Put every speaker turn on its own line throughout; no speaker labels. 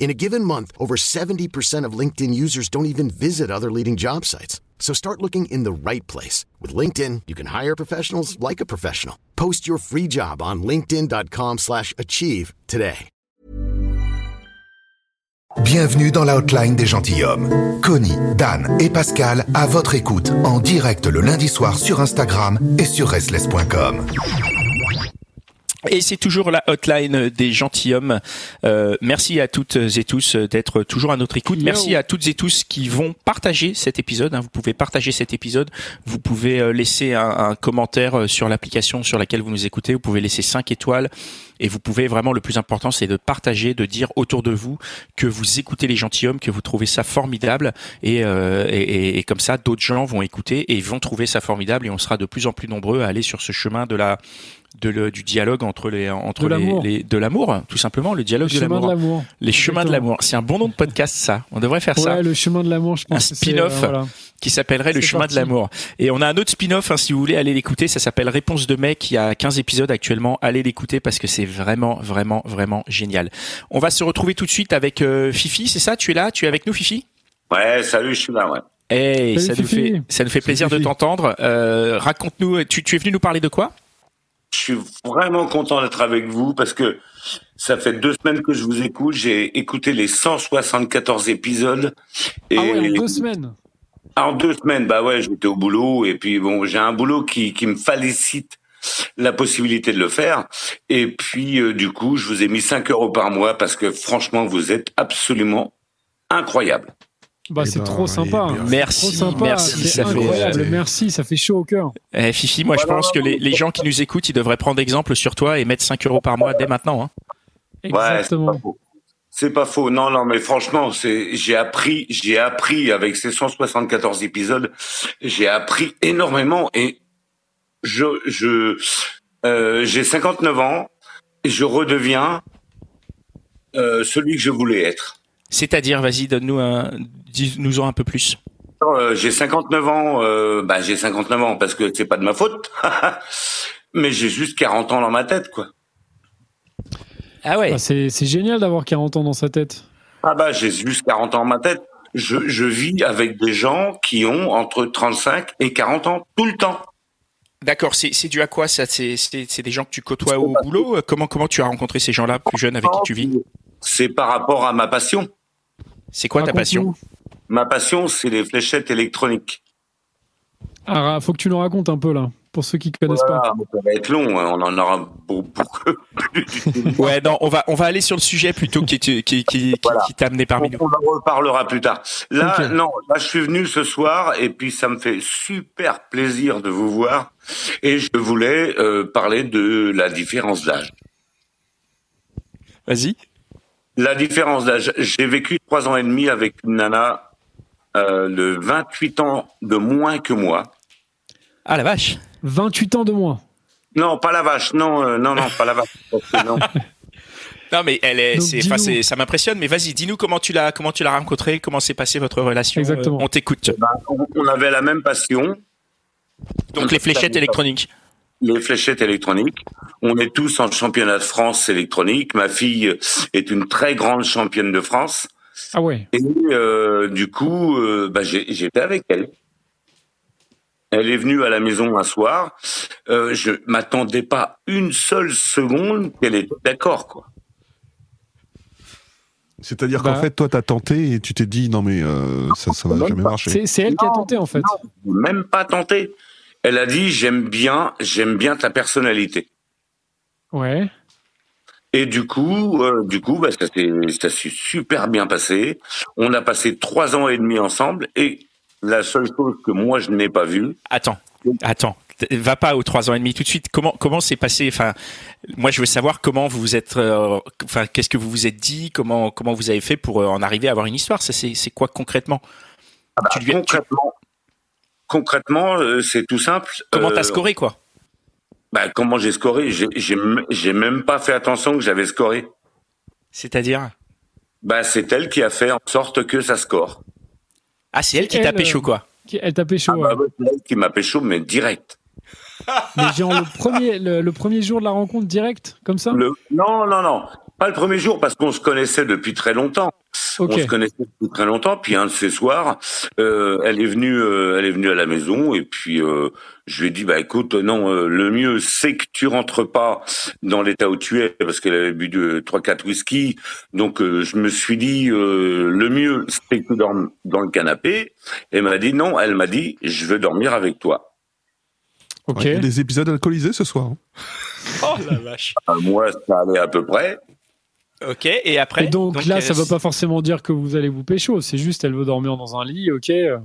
In a given month, over 70% of LinkedIn users don't even visit other leading job sites. So start looking in the right place. With LinkedIn, you can hire professionals like a professional. Post your free job on linkedin.com slash achieve today.
Bienvenue dans l'outline des gentilshommes. Connie, Dan et Pascal à votre écoute en direct le lundi soir sur Instagram et sur restless.com.
Et c'est toujours la hotline des gentilshommes. Euh, merci à toutes et tous d'être toujours à notre écoute. Merci à toutes et tous qui vont partager cet épisode. hein. Vous pouvez partager cet épisode. Vous pouvez euh, laisser un, un commentaire euh, sur l'application sur laquelle vous nous écoutez. Vous pouvez laisser 5 étoiles. Et vous pouvez vraiment, le plus important, c'est de partager, de dire autour de vous que vous écoutez les gentilshommes, que vous trouvez ça formidable. Et, euh, et- et- et comme ça, d'autres gens vont écouter et vont trouver ça formidable. Et on sera de plus en plus nombreux à aller sur ce chemin de la de le- du dialogue entre les entre les-
De l'amour.
les, de l'amour tout simplement le dialogue
Le
de
chemin de
l'amour
l'amour.
les chemins de
Exactement.
l'amour c'est un bon nom de podcast ça on devrait faire ça
Ouais, le chemin de l'amour, je pense.
Un
que c'est, euh,
spin-off.
voilà. Ah
qui s'appellerait le
C'est
chemin
parti.
de l'amour et on a un autre spin-off hein, si vous voulez aller l'écouter ça s'appelle réponse de mec il y a 15 épisodes actuellement allez l'écouter parce que c'est vraiment vraiment vraiment génial on va se retrouver tout de suite avec euh, Fifi c'est ça tu es là tu es avec nous Fifi
Ouais, salut, je suis là, ouais.
Hey,
Salut,
ça nous fait
Fifi.
ça nous fait
Salut,
plaisir de
Fifi.
t'entendre Euh, raconte-nous tu tu es venu nous parler de quoi
Je suis vraiment content d'être avec vous parce que ça fait deux semaines que je vous écoute. J'ai écouté les 174 épisodes. Et
Ah ouais, en deux semaines.
en deux semaines, bah ouais, j'étais au boulot. Et puis bon, j'ai un boulot qui, qui me félicite la possibilité de le faire. Et puis, euh, du coup, je vous ai mis 5 euros par mois parce que franchement, vous êtes absolument incroyable.
Bah,
Eh
c'est
ben,
trop sympa. Ah,
eh bien,
C'est Trop
merci
sympa.
merci
C'est
ça fait
incroyable.
euh,
Merci, ça fait chaud au cœur.
Eh, Fifi, moi je
Voilà.
pense que les, les gens qui nous écoutent, ils devraient prendre exemple sur toi et mettre 5 euros par mois dès maintenant. Hein.
Exactement.
Ouais, c'est pas faux. c'est pas faux. Non, non, mais franchement, c'est, j'ai appris, j'ai appris avec ces 174 épisodes, j'ai appris énormément et je, je, euh, j'ai 59 ans et je redeviens euh, celui que je voulais être.
C'est-à-dire, vas-y, donne-nous un, dis-nous-en un peu plus.
Euh, j'ai 59 ans, euh, bah, j'ai 59 ans parce que c'est pas de ma faute, mais j'ai juste 40 ans dans ma tête, quoi.
Ah ouais.
Ah, c'est c'est génial d'avoir 40 ans dans sa tête.
Ah bah j'ai juste 40 ans en ma tête. Je, je vis avec des gens qui ont entre 35 et 40 ans tout le temps.
D'accord. C'est, c'est dû à quoi ça c'est, c'est, c'est des gens que tu côtoies au boulot. Euh, Comment comment tu as rencontré ces gens-là plus jeunes avec qui tu vis
C'est par rapport à ma passion.
C'est quoi ta
Raconte-nous.
passion
Ma passion, c'est les fléchettes électroniques.
Ah, faut que tu nous racontes un peu, là. Pour ceux qui connaissent pas.
Voilà, Ah, ça va être long, hein, on en aura pour, pour que plus.
Ouais, non, on va on va aller sur le sujet plutôt qui qui qui, qui,
Voilà.
qui t'a amené
On,
parmi nous.
on en reparlera plus tard. Là,
Ok.
non, là, je suis venu ce soir et puis ça me fait super plaisir de vous voir. Et je voulais euh, parler de la différence d'âge.
Vas-y.
La différence d'âge. J'ai vécu trois ans et demi avec une nana euh, de 28 ans de moins que moi.
Ah la vache.
28 ans de moins.
Non, pas la vache. Non, euh, non, non, pas la vache. Parce que non.
Non mais elle est,
Donc,
c'est, enfin,
dis-nous.
c'est- ça m'impressionne. Mais vas-y, dis-nous comment tu l'as comment tu l'as rencontré, comment s'est passée votre relation.
Exactement. Eh ben,
Euh, On t'écoute.
Bah, on- on avait la même passion,
Donc les fléchettes électroniques.
les fléchettes électroniques. On est tous en championnat de France électronique. Ma fille est une très grande championne de France.
Ah ouais.
Et euh, du coup, euh, bah, j'ai- j'étais avec elle. Elle est venue à la maison un soir. Euh, je m'attendais pas une seule seconde qu'elle était d'accord. Quoi.
C'est-à-dire
Bah.
qu'en fait, toi, t'as tenté et tu t'es dit non mais euh, ça, ça va
Même
jamais
pas.
marcher.
C'est c'est elle qui a
Non,
tenté, en fait.
non. Même pas tenté. Elle a dit j'aime bien, j'aime bien ta personnalité.
Ouais.
Et du coup, euh, du coup, bah, ça s'est ça s'est super bien passé. On a passé trois ans et demi ensemble. Et la seule chose que moi je n'ai pas vue,
Attends, attends. T- Va pas aux trois ans et demi tout de suite. Comment comment c'est passé Enfin, moi je veux savoir comment vous vous êtes. euh, Enfin, qu'est-ce que vous vous êtes dit Comment comment vous avez fait pour euh, en arriver à avoir une histoire Ça c'est c'est quoi concrètement Tu lui as- tu-
Ah bah, concrètement, concrètement, euh, c'est tout simple.
Comment t'as
Euh,
scoré quoi
bah, Comment j'ai scoré J'ai- J'ai m- j'ai même pas fait attention que j'avais scoré.
C'est-à-dire
Bah, c'est elle qui a fait en sorte que ça score.
Ah, c'est elle qui
Elle,
t'a
euh,
pécho quoi
Qui- Elle tapait chaud. ouais.
Ah,
Bah, ouais, c'est elle qui m'a pécho, mais direct.
bah.
Mais genre le premier, le, le premier jour de la rencontre direct, comme ça
Le... Non, non, non. Pas le premier jour, parce qu'on se connaissait depuis très longtemps.
Ok.
On se connaissait depuis très longtemps. Puis un de ces soirs, euh, elle est venue, euh, elle est venue à la maison et puis euh, je lui ai dit, bah écoute, non, euh, le mieux c'est que tu rentres pas dans l'état où tu es, parce qu'elle avait bu deux, trois, quatre whisky. Donc euh, je me suis dit, euh, le mieux c'est que tu dormes dans le canapé. Et elle m'a dit non, elle m'a dit, je veux dormir avec toi.
Ok.
Ouais, il y a des épisodes alcoolisés ce soir. hein.
Oh la vache.
Euh, moi, ça allait à peu près.
Ok. Et après.
Et donc,
donc,
là,
euh,
ça veut pas forcément dire que vous allez vous pécho. C'est juste, elle veut dormir dans un lit, ok. euh,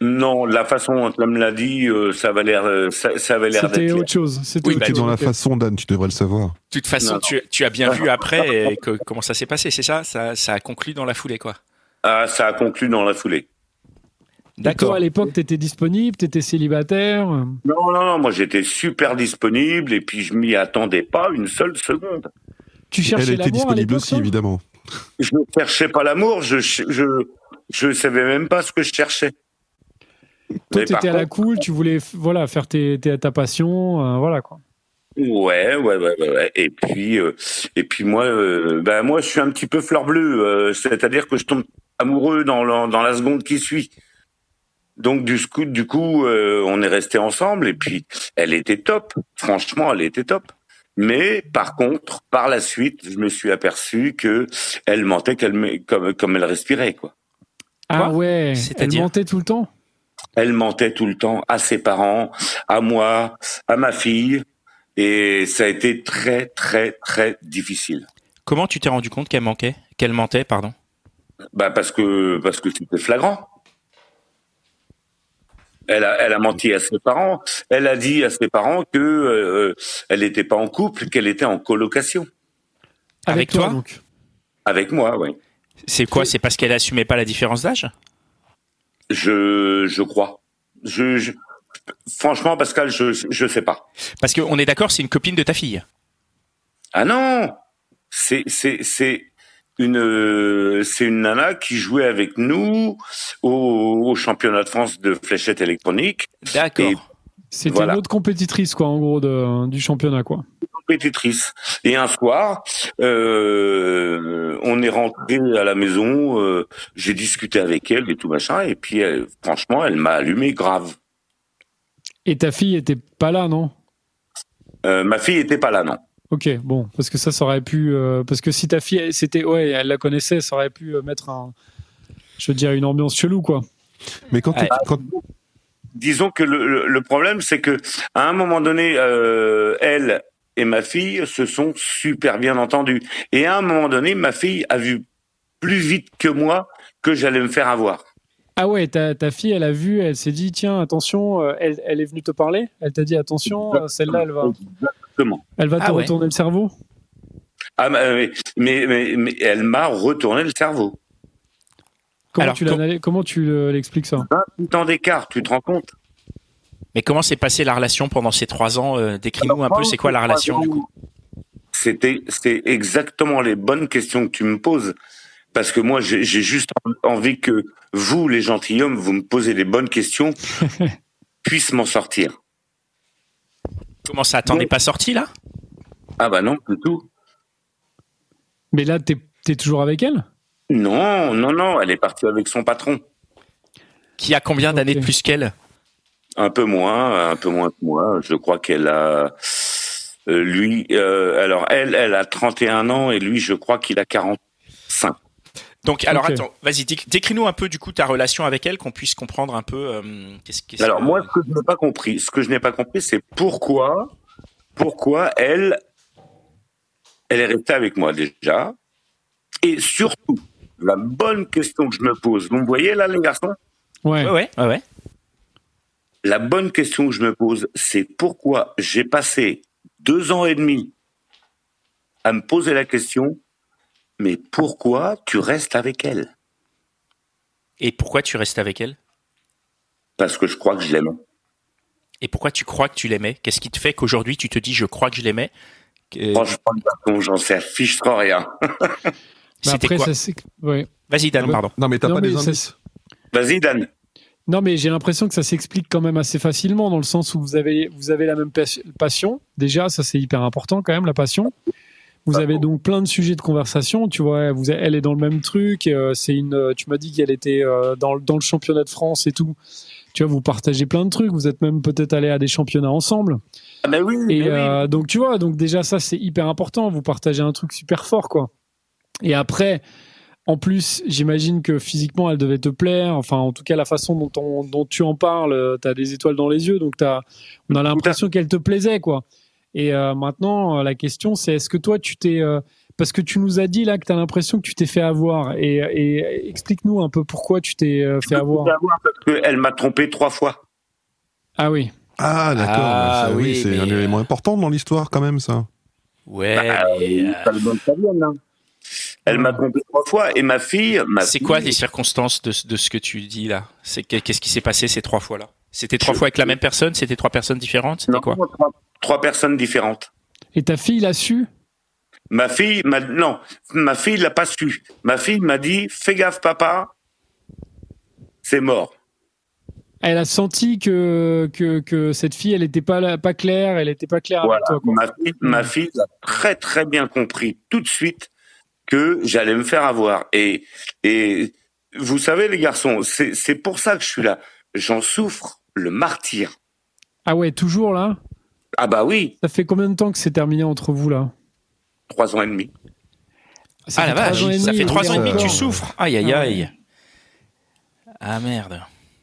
Non, la façon dont elle me l'a dit, euh, ça avait l'air, euh, ça, ça avait l'air
C'était
d'être.
autre chose. C'était
Oui,
autre
bah,
Tout est
chose,
dans la
ok.
façon, Dan, tu devrais le savoir.
De toute façon,
Non,
tu, tu as bien vu après euh, que- comment ça s'est passé, c'est ça, ça Ça a conclu dans la foulée, quoi.
Ah, ça a conclu dans la foulée.
Et Toi,
D'accord.
à l'époque, t'étais disponible, t'étais célibataire. euh,
Non, non, non, moi j'étais super disponible et puis je m'y attendais pas une seule seconde.
Tu
Elle
cherchais
était
l'amour à
disponible
l'époque,
aussi,
toi
évidemment.
Je ne cherchais pas l'amour, je, ch- je, je savais même pas ce que je cherchais.
Toi,
Mais par
t'étais à la
contre-
cool, tu voulais f- voilà, faire tes, tes- ta passion, euh, voilà quoi.
Ouais, ouais, ouais, ouais, ouais. Et puis, euh, et puis moi, euh, bah, moi je suis un petit peu fleur bleue, euh, c'est-à-dire que je tombe amoureux dans la, dans la seconde qui suit. Donc du coup, du coup, euh, on est resté ensemble et puis elle était top. Franchement, elle était top. Mais par contre, par la suite, je me suis aperçu que elle mentait qu'elle me- comme comme elle respirait quoi.
Ah ouais, elle
C'est-à-dire
mentait tout le temps.
Elle mentait tout le temps à ses parents, à moi, à ma fille et ça a été très très très difficile.
Comment tu t'es rendu compte qu'elle manquait, qu'elle mentait, pardon
Bah parce que parce que c'était flagrant. Elle a, elle a menti à ses parents. Elle a dit à ses parents que euh, elle n'était pas en couple, qu'elle était en colocation
Avec toi
donc.
avec moi. Oui,
C'est quoi C'est parce qu'elle assumait pas la différence d'âge
je je crois. Je, je- franchement, Pascal, je je sais pas.
Parce qu'on est d'accord, c'est une copine de ta fille.
Ah non, c'est c'est c'est une euh, c'est une nana qui jouait avec nous au, au championnat de France de fléchettes électroniques. Et
D'accord.
C'était
Voilà.
une autre compétitrice, quoi, en gros, de- du championnat, quoi.
compétitrice. Et un soir, euh, on est rentré à la maison, euh, j'ai discuté avec elle et tout machin, et puis elle- franchement, elle m'a allumé grave.
Et ta fille était pas là, non
Euh, ma fille était pas là, non.
Ok, bon, parce que ça, ça aurait pu. euh, parce que si ta fille, elle- c'était, ouais, elle la connaissait, ça aurait pu euh, mettre un, je veux dire, une ambiance chelou, quoi.
Mais quand,
Ah.
Ouais.
quand-
Disons que le, le- le problème, c'est que à un moment donné, euh, elle et ma fille se sont super bien entendues. Et à un moment donné, ma fille a vu plus vite que moi que j'allais me faire avoir.
Ah ouais, ta, ta fille, elle a vu, elle s'est dit, tiens, attention, euh, elle, elle est venue te parler, elle t'a dit, attention, euh, celle-là, elle va,
Exactement.
elle va te
Ah ouais.
retourner le cerveau.
Ah, mais, mais, mais, mais elle m'a retourné le cerveau.
Comment
Alors,
tu
com-
l'anal- comment tu le- l'expliques ça
Tant Hein, d'écart, tu te rends compte
Mais comment s'est passée la relation pendant ces trois ans euh, Décris-nous un peu, c'est quoi la relation du coup
C'était, c'est exactement les bonnes questions que tu me poses. Parce que moi, j'ai j'ai juste en- envie que vous, les gentilshommes, vous me posez les bonnes questions, puissent m'en sortir.
Comment ça T'en es pas sorti là
Ah bah non, du tout.
Mais là, t'es es toujours avec elle
Non, non, non, elle est partie avec son patron.
Qui a combien d'années
Ok.
de plus qu'elle
Un peu moins, un peu moins que moi. Je crois qu'elle a... euh, lui, euh, alors elle, elle a 31 ans et lui, je crois qu'il a 45.
Donc, alors
Ok.
attends, vas-y, déc- décris-nous un peu du coup ta relation avec elle, qu'on puisse comprendre un peu euh, qu'est-ce qu'est-ce
Alors
que-
moi, ce que je n'ai pas compris, ce que je n'ai pas compris, c'est pourquoi, pourquoi elle, elle est restée avec moi déjà, et surtout la bonne question que je me pose. Vous me voyez là, les garçons
Ouais.
Ouais, ouais, ouais, ouais.
La bonne question que je me pose, c'est pourquoi j'ai passé deux ans et demi à me poser la question. Mais pourquoi tu restes avec elle
Et pourquoi tu restes avec elle
Parce que je crois que je l'aime.
Et pourquoi tu crois que tu l'aimais Qu'est-ce qui te fait qu'aujourd'hui tu te dis je crois que je l'aimais Que-
Franchement, garçon, j'en sais fichement rien.
Bah
C'était
après,
quoi
ça, c'est- ouais.
Vas-y Dan,
Bah,
pardon.
Non, mais t'as
Non,
pas
mais
des
ça-
indices.
Vas-y, Dan.
Non, mais j'ai l'impression que ça s'explique quand même assez facilement, dans le sens où vous avez, vous avez la même pas- passion. Déjà, ça c'est hyper important quand même, la passion. Vous avez donc plein de sujets de conversation, tu vois. Vous, elle est dans le même truc. euh, c'est une. euh, Tu m'as dit qu'elle était euh, dans, le- dans le championnat de France et tout. Tu vois, vous partagez plein de trucs. Vous êtes même peut-être allés à des championnats ensemble.
Ah, mais oui,
Et
mais oui.
euh, donc tu vois, donc déjà ça c'est hyper important. Vous partagez un truc super fort quoi. Et après, en plus, j'imagine que physiquement elle devait te plaire. Enfin, en tout cas la façon dont, on- dont tu en parles, euh, t'as des étoiles dans les yeux, donc t'as, on a l'impression qu'elle te plaisait quoi. Et euh, maintenant euh, la question c'est est-ce que toi tu t'es euh, parce que tu nous as dit là que t'as l'impression que tu t'es fait avoir et, et explique-nous un peu pourquoi tu t'es euh, fait avoir.
Parce qu'elle m'a trompé trois fois.
Ah oui.
Ah, d'accord.
Ah,
ouais, ça,
oui,
oui, c'est un
mais,
élément important dans l'histoire, quand même, ça.
Ouais.
Bah,
mais, euh,
Ça le donne pas bien, hein. Elle m'a trompé trois fois et ma fille. Ma
c'est
fille-
quoi les circonstances de, ce- de ce que tu dis là C'est que- qu'est-ce qui s'est passé ces trois fois là C'était trois fois avec la même personne C'était trois personnes différentes C'était
Non,
quoi
trois, trois personnes différentes.
Et ta fille l'a su.
Ma fille, m'a- non, ma fille l'a pas su. Ma fille m'a dit Fais gaffe, papa, c'est mort.
Elle a senti que, que, que cette fille, elle n'était pas, là- pas claire, elle n'était pas claire
Voilà.
avec toi. quoi.
Ma fille, ma fille a très très bien compris tout de suite que j'allais me faire avoir. Et, et vous savez, les garçons, c'est c'est pour ça que je suis là. J'en souffre le martyr.
Ah ouais, toujours là
Ah bah oui,
Ça fait combien de temps que c'est terminé entre vous là
trois ans et demi.
Ça
Ah la
fait trois
vache,
ans et
ça
demi,
fait trois ans et demi que tu
encore.
souffres. Aïe aïe
Ah ouais.
aïe. Ah merde.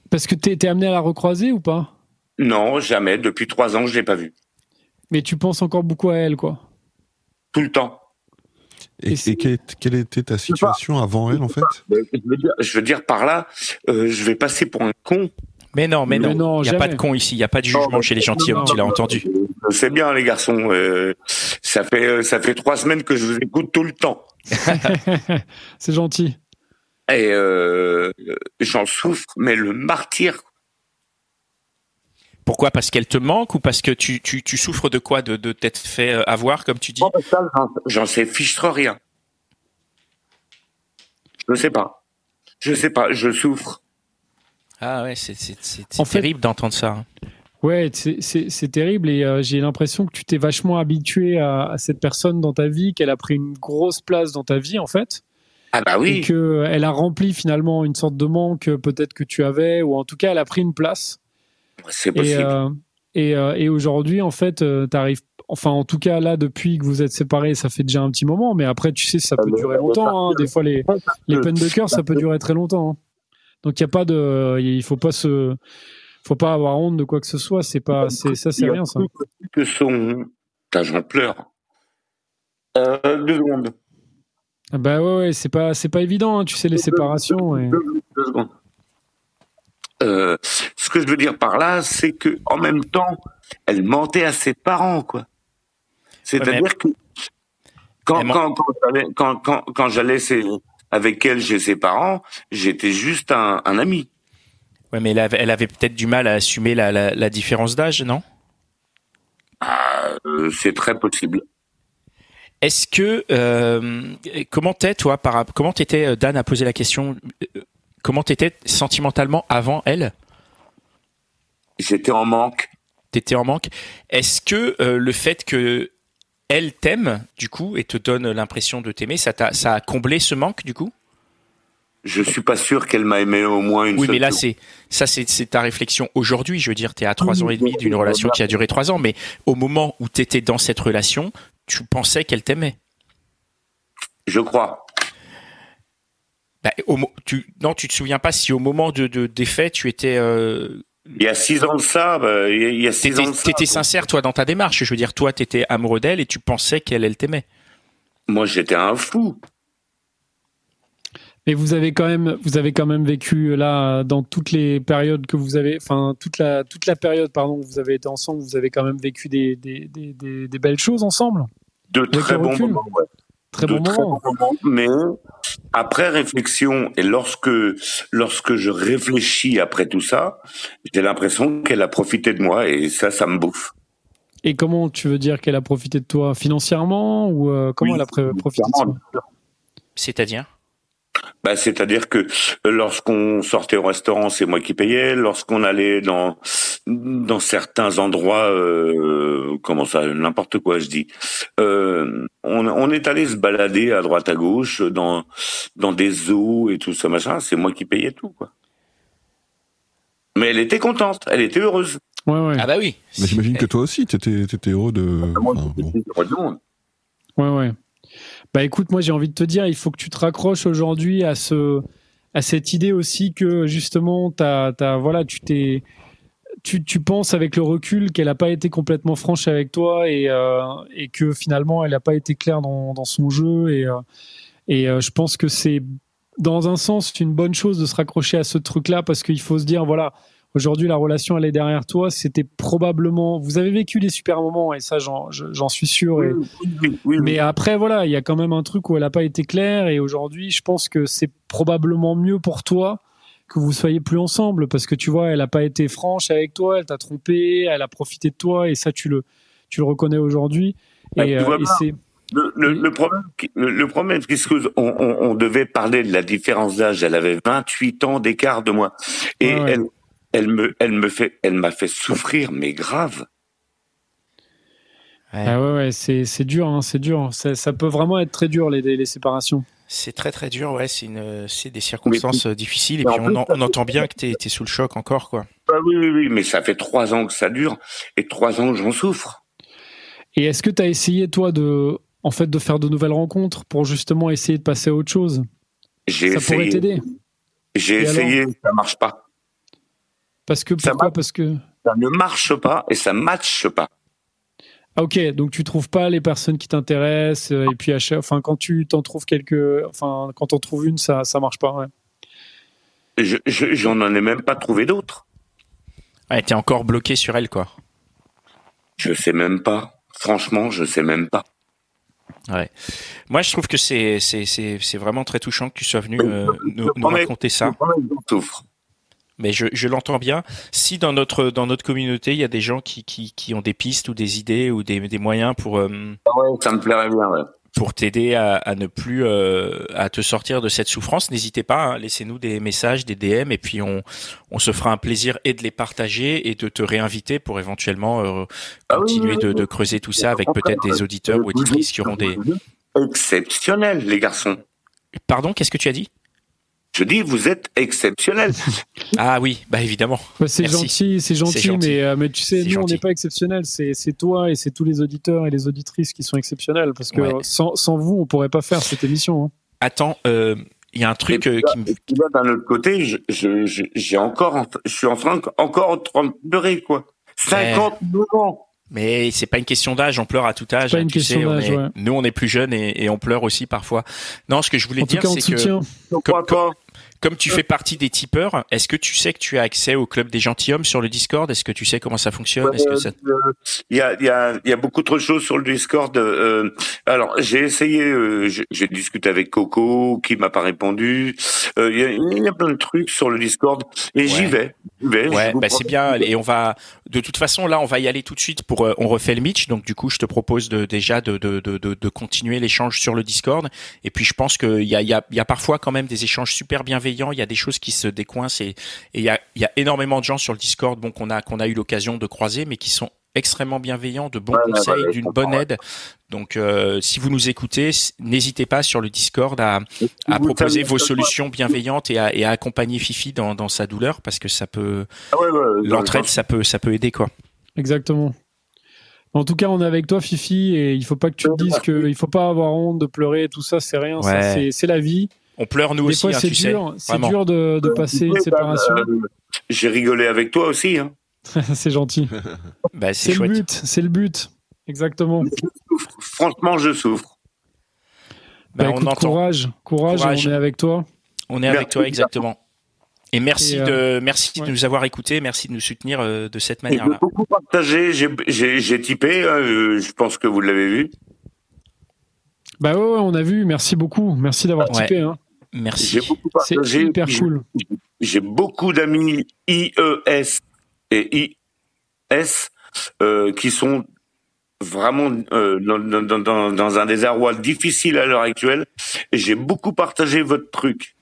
Parce que t'es t'es amené à la recroiser ou pas
Non, jamais. Depuis trois ans, je l'ai pas vue.
Mais tu penses encore beaucoup à elle, quoi.
Tout le temps.
Et,
Et c'est-
et quelle, est- quelle était ta situation avant elle, en fait
Ben, Je veux dire, je veux dire par là, euh, je vais passer pour un con.
Mais non, mais
Mais
non.
non,
Il n'y a pas
jamais.
de con ici. Il n'y a pas de jugement
Non,
chez les gentilshommes.
non,
Tu l'as entendu.
Je sais Euh, bien, les garçons. euh, ça fait euh, ça fait trois semaines que je vous écoute tout le temps.
c'est gentil.
Et euh, j'en souffre, mais le martyr.
Pourquoi Parce qu'elle te manque ou parce que tu, tu, tu souffres de quoi De, de t'être fait euh, avoir, comme tu dis
Oh, ça, j'en- J'en sais fichtre rien. Je sais pas. Je sais pas. Je souffre.
Ah ouais, c'est c'est- c'est-
En
c'est
fait-
terrible d'entendre ça. hein.
Ouais, c'est- c'est c'est terrible et euh, j'ai l'impression que tu t'es vachement habitué à, à cette personne dans ta vie, qu'elle a pris une grosse place dans ta vie en fait.
Ah bah
et
oui.
que euh, elle a rempli finalement une sorte de manque euh, peut-être que tu avais ou en tout cas elle a pris une place
C'est
et
possible.
euh, et, euh, et aujourd'hui en fait euh, t'arrives enfin en tout cas là depuis que vous êtes séparés ça fait déjà un petit moment mais après tu sais ça peut
le-
durer longtemps hein. des fois les les peines de cœur ça peut durer très longtemps hein. donc il y a pas de il faut pas se faut pas avoir honte de quoi que ce soit c'est pas c'est ça
Il y
c'est
a
rien ça
tout Que son. Putain, j'en pleure. Euh, deux secondes.
bah ouais, ouais c'est pas c'est pas évident hein, tu sais les séparations et...
Deux secondes. Euh, ce que je veux dire par là, c'est que en même temps, elle mentait à ses parents, quoi. C'est-à-dire
Ouais,
que quand,
Elle ment-
quand, quand j'allais, quand, quand, quand j'allais chez- avec elle chez ses parents, j'étais juste un, un ami.
Ouais, mais elle avait, elle avait peut-être du mal à assumer la, la, la différence d'âge, non
Euh, c'est très possible.
Est-ce que euh, comment t'es toi par rapp- comment t'étais euh, Dan a posé la question euh, comment t'étais sentimentalement avant elle
J'étais en manque.
T'étais en manque. Est-ce que euh, le fait que elle t'aime du coup et te donne l'impression de t'aimer, ça t'a ça a comblé ce manque du coup
Je suis pas sûr qu'elle m'a aimé au moins une
Oui,
seule
mais là,
seconde.
c'est ça, c'est c'est ta réflexion aujourd'hui. Je veux dire, t'es à trois ans et demi d'une relation qui a duré trois ans, mais au moment où t'étais dans cette relation, tu pensais qu'elle t'aimait.
Je crois.
Bah, au mo- tu, non, tu te souviens pas si au moment de, de- des faits, tu étais, euh,
Il y a six ans de ça, bah, il y a- il y a six
t'étais,
ans de ça.
t'étais sincère toi dans ta démarche. Je veux dire, toi, t'étais amoureux d'elle et tu pensais qu'elle, elle t'aimait.
Moi, j'étais un fou.
Mais vous avez quand même, vous avez quand même vécu euh, là dans toutes les périodes que vous avez, enfin toute la toute la période pardon, où vous avez été ensemble, vous avez quand même vécu des des, des, des, des belles choses ensemble.
De très
le
bons
recul.
moments. ouais.
Très
de
bon
très
moment.
bons moments. Mais après réflexion et lorsque lorsque je réfléchis après tout ça, j'ai l'impression qu'elle a profité de moi et ça, ça me bouffe.
Et comment tu veux dire qu'elle a profité de toi financièrement ou euh, comment
Oui,
elle a pré- profité de toi
clairement.
C'est-à-dire
Bah, c'est-à-dire que euh, lorsqu'on sortait au restaurant, c'est moi qui payais. Lorsqu'on allait dans dans certains endroits, euh, comment ça, n'importe quoi, je dis. Euh, on, on est allé se balader à droite à gauche dans dans des zoos et tout ça machin. C'est moi qui payais tout quoi. Mais elle était contente, elle était heureuse.
Ouais ouais
Ah bah oui.
Mais j'imagine que toi aussi, t'étais étais heureux de.
Moi,
enfin,
j'étais
Ah bon.
heureux du monde.
ouais ouais. Bah écoute, moi j'ai envie de te dire, il faut que tu te raccroches aujourd'hui à ce à cette idée aussi que justement t'as t'as voilà tu t'es tu, tu penses avec le recul qu'elle n'a pas été complètement franche avec toi et, euh, et que finalement elle n'a pas été claire dans, dans son jeu et, euh, et euh, je pense que c'est dans un sens une bonne chose de se raccrocher à ce truc là parce qu'il faut se dire voilà aujourd'hui la relation elle est derrière toi c'était probablement vous avez vécu des super moments et ça j'en je- j'en suis sûr et,
Oui, oui,
mais après, voilà, il y a quand même un truc où elle n'a pas été claire. Et aujourd'hui, je pense que c'est probablement mieux pour toi que vous soyez plus ensemble. Parce que tu vois, elle n'a pas été franche avec toi. Elle t'a trompé. Elle a profité de toi. Et ça, tu le, tu le reconnais aujourd'hui.
Bah,
et
tu
euh,
vois
et
pas.
c'est.
Le, le, le problème, qui- le, le problème, qu'est-ce que on, on, on devait parler de la différence d'âge. Elle avait 28 ans d'écart de moi, et
Ah Ouais, ouais.
elle, elle me, elle me fait, elle m'a fait souffrir, mais grave.
Ah ouais, ouais, c'est c'est dur, hein, c'est dur. Ça, ça peut vraiment être très dur, les, les séparations.
C'est très très dur, ouais. C'est une, c'est des circonstances euh, difficiles et
Mais en
puis on,
plus,
en-
ça
on entend bien que t'es, t'es sous le choc encore, quoi.
Bah oui, oui, oui, mais ça fait trois ans que ça dure, et trois ans que j'en souffre.
Et est-ce que tu as essayé, toi, de, en fait, de faire de nouvelles rencontres pour justement essayer de passer à autre chose
J'ai
Ça pourrait
essayé,
t'aider.
j'ai
Et alors
essayé, ça marche pas.
Parce que,
Ça
pourquoi
va.
Parce que.
Ça ne marche pas et ça matche pas.
Ah, ok, donc tu trouves pas les personnes qui t'intéressent euh, et puis à chaque- enfin quand tu t'en trouves quelques, enfin quand t'en trouves une, ça ça marche pas. ouais.
Je, je, j'en en ai même pas trouvé d'autres.
Ouais, t'es encore bloqué sur elle, quoi.
Je sais même pas. Franchement, je sais même pas.
Moi, je trouve que c'est c'est c'est c'est vraiment très touchant que tu sois venu euh, nous, nous
promets.
raconter ça.
J'en souffre.
Mais je, je l'entends bien. Si dans notre dans notre communauté, il y a des gens qui qui qui ont des pistes ou des idées ou des des moyens pour euh,
Ah ouais, ça me plairait bien. Ouais.
pour t'aider à, à ne plus euh, à te sortir de cette souffrance, n'hésitez pas, hein, laissez-nous des messages, des DM, et puis on, on se fera un plaisir et de les partager et de te réinviter pour éventuellement euh,
Ah oui,
continuer
oui,
de,
oui.
de creuser tout ça avec peut-être des auditeurs ou auditrices qui auront des.
Exceptionnel, les garçons.
Pardon, qu'est-ce que tu as dit
Je dis, vous êtes exceptionnels.
Ah oui, bah évidemment.
Ouais, c'est
Merci.
gentil, c'est
C'est
gentil,
gentil.
mais euh, mais tu sais,
C'est
nous on
gentil.
n'est pas exceptionnels, c'est c'est toi et c'est tous les auditeurs et les auditrices qui sont exceptionnels parce que
Ouais.
euh, sans sans vous on pourrait pas faire cette émission. hein.
Attends, euh, il y a un truc euh, qui me.
Et puis là, d'un autre côté, je, je, je- j'ai encore, en- je suis en train, encore en train de pleurer, quoi. 59 ans.
Mais c'est pas une question d'âge, on pleure à tout âge.
C'est pas
hein,
une
tu
question
sais, on
d'âge,
est-
ouais.
Nous, on est plus jeunes et, et on pleure aussi parfois. Non, ce que je voulais
En tout
dire,
cas, on
c'est
te
que.
soutient.
Je crois pas.
Comme tu fais partie des tipeurs, est-ce que tu sais que tu as accès au club des gentilshommes sur le Discord Est-ce que tu sais comment ça fonctionne Est-ce que ça...
Euh, Il y a, il y, a, il y a beaucoup trop de choses sur le Discord. euh, alors, j'ai essayé, euh, j'ai- j'ai discuté avec Coco, qui m'a pas répondu. Euh, Il y, a- il y a plein de trucs sur le Discord. Et j'y
Ouais.
vais. J'y vais,
Ouais,
je vous
bah
promets.
c'est bien. Et on va, de toute façon, là, on va y aller tout de suite pour, euh, on refait le Mitch. Donc, du coup, je te propose de, déjà de, de, de, de, de continuer l'échange sur le Discord. Et puis, je pense qu'il y a, il y, a, il y a parfois quand même des échanges super bienveillants. Il y a des choses qui se décoincent et, et il y a, il y a énormément de gens sur le Discord, bon, qu'on a, qu'on a eu l'occasion de croiser, mais qui sont extrêmement bienveillants, de bons
Ouais, ouais,
conseils,
ouais, je
d'une
comprends,
bonne
ouais.
aide. Donc, euh, si vous nous écoutez, s- n'hésitez pas sur le Discord à, à
Vous
proposer
savez-
vos solutions bienveillantes et à, et à accompagner Fifi dans, dans sa douleur parce que ça peut
Ah ouais, ouais,
l'entraide ça peut ça peut aider quoi.
Exactement. En tout cas, on est avec toi, Fifi, et il faut pas que tu te dises que il faut pas avoir honte de pleurer, tout ça, c'est rien, ça,
Ouais.
c'est c'est la vie.
On pleure nous
Des
aussi,
fois,
hein,
c'est
tu sais.
dur, c'est
Vraiment.
dur de, de passer une
Ouais,
séparation.
bah, euh, J'ai rigolé avec toi aussi. Hein.
c'est gentil.
Bah,
C'est
c'est
le
chouette.
but, c'est le but. Exactement.
Franchement, je souffre.
Bah,
Bah,
on
écoute,
entend.
courage, courage,
Courage.
on est avec toi.
On est avec
Merci.
toi exactement. Et merci
Et, euh,
de merci
ouais.
de nous avoir écoutés, merci de nous soutenir euh, de cette
J'ai
manière-là.
beaucoup partagé, j'ai- j'ai j'ai typé, hein, euh, je pense que vous l'avez vu.
Bah ouais, ouais, on a vu. Merci beaucoup. Merci d'avoir
Ouais.
typé. hein.
Merci.
J'ai beaucoup
C'est
partagé.
hyper
j'ai-
cool.
J'ai beaucoup d'amis IES et IS euh, qui sont vraiment euh, dans, dans- dans- dans un désarroi difficile à l'heure actuelle. Et j'ai beaucoup partagé votre truc.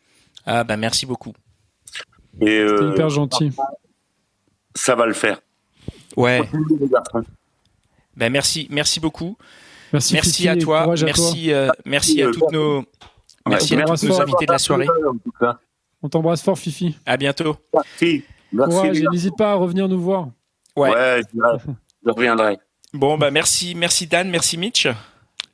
Ah bah merci beaucoup.
Et
C'est
euh,
hyper gentil.
ça va le faire.
Ouais.
Continuez, les garçons.
Bah merci, merci beaucoup.
Merci,
Merci
Fifi,
à
et
toi,
courage à toi.
merci euh, merci à
euh,
toutes nos merci
Ouais,
à tous
merci
nos
d'avoir
invités de la soirée.
en tout cas.
On t'embrasse fort, Fifi.
À bientôt.
Merci. Merci.
courage
les
et
gars.
n'hésite pas à revenir nous voir.
Ouais.
Ouais, je dirais, je reviendrai.
Bon bah merci, merci Dan, merci Mitch.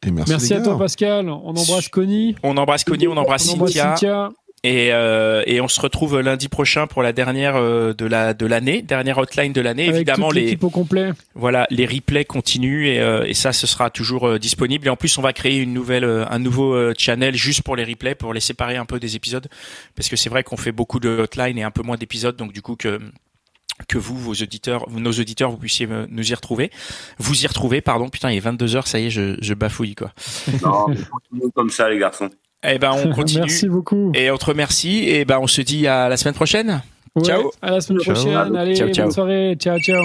Et merci,
Merci,
les
à toi,
gars.
Pascal. On embrasse Connie.
On embrasse Connie, on embrasse,
on embrasse
Cynthia,
Cynthia.
et euh, et on se retrouve lundi prochain pour la dernière euh, de la de l'année, dernière hotline de l'année.
avec
Évidemment
toute
les
l'équipe au complet.
Voilà, les replays continuent et, euh, et ça, ce sera toujours euh, disponible. Et en plus, on va créer une nouvelle, euh, un nouveau euh, channel juste pour les replays, pour les séparer un peu des épisodes, parce que c'est vrai qu'on fait beaucoup de hotline et un peu moins d'épisodes, donc du coup que que vous, vos auditeurs, nos auditeurs, vous puissiez euh, nous y retrouver, vous y retrouver, pardon. Putain, il est 22 h ça y est, je, je bafouille quoi.
Non, continuez comme ça, les garçons.
Eh ben, on
Merci
continue.
beaucoup.
et on te remercie. Et ben, on se dit à la semaine prochaine.
Ouais,
ciao.
À la semaine
Ciao.
prochaine. Allez,
Ciao, ciao.
bonne soirée. Ciao, ciao.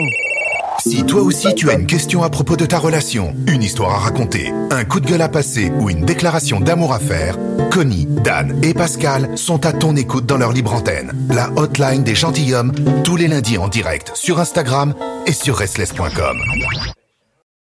Si toi aussi tu as une question à propos de ta relation, une histoire à raconter, un coup de gueule à passer ou une déclaration d'amour à faire, Connie, Dan et Pascal sont à ton écoute dans leur libre antenne, la hotline des gentilshommes, tous les lundis en direct sur Instagram et sur restless.com.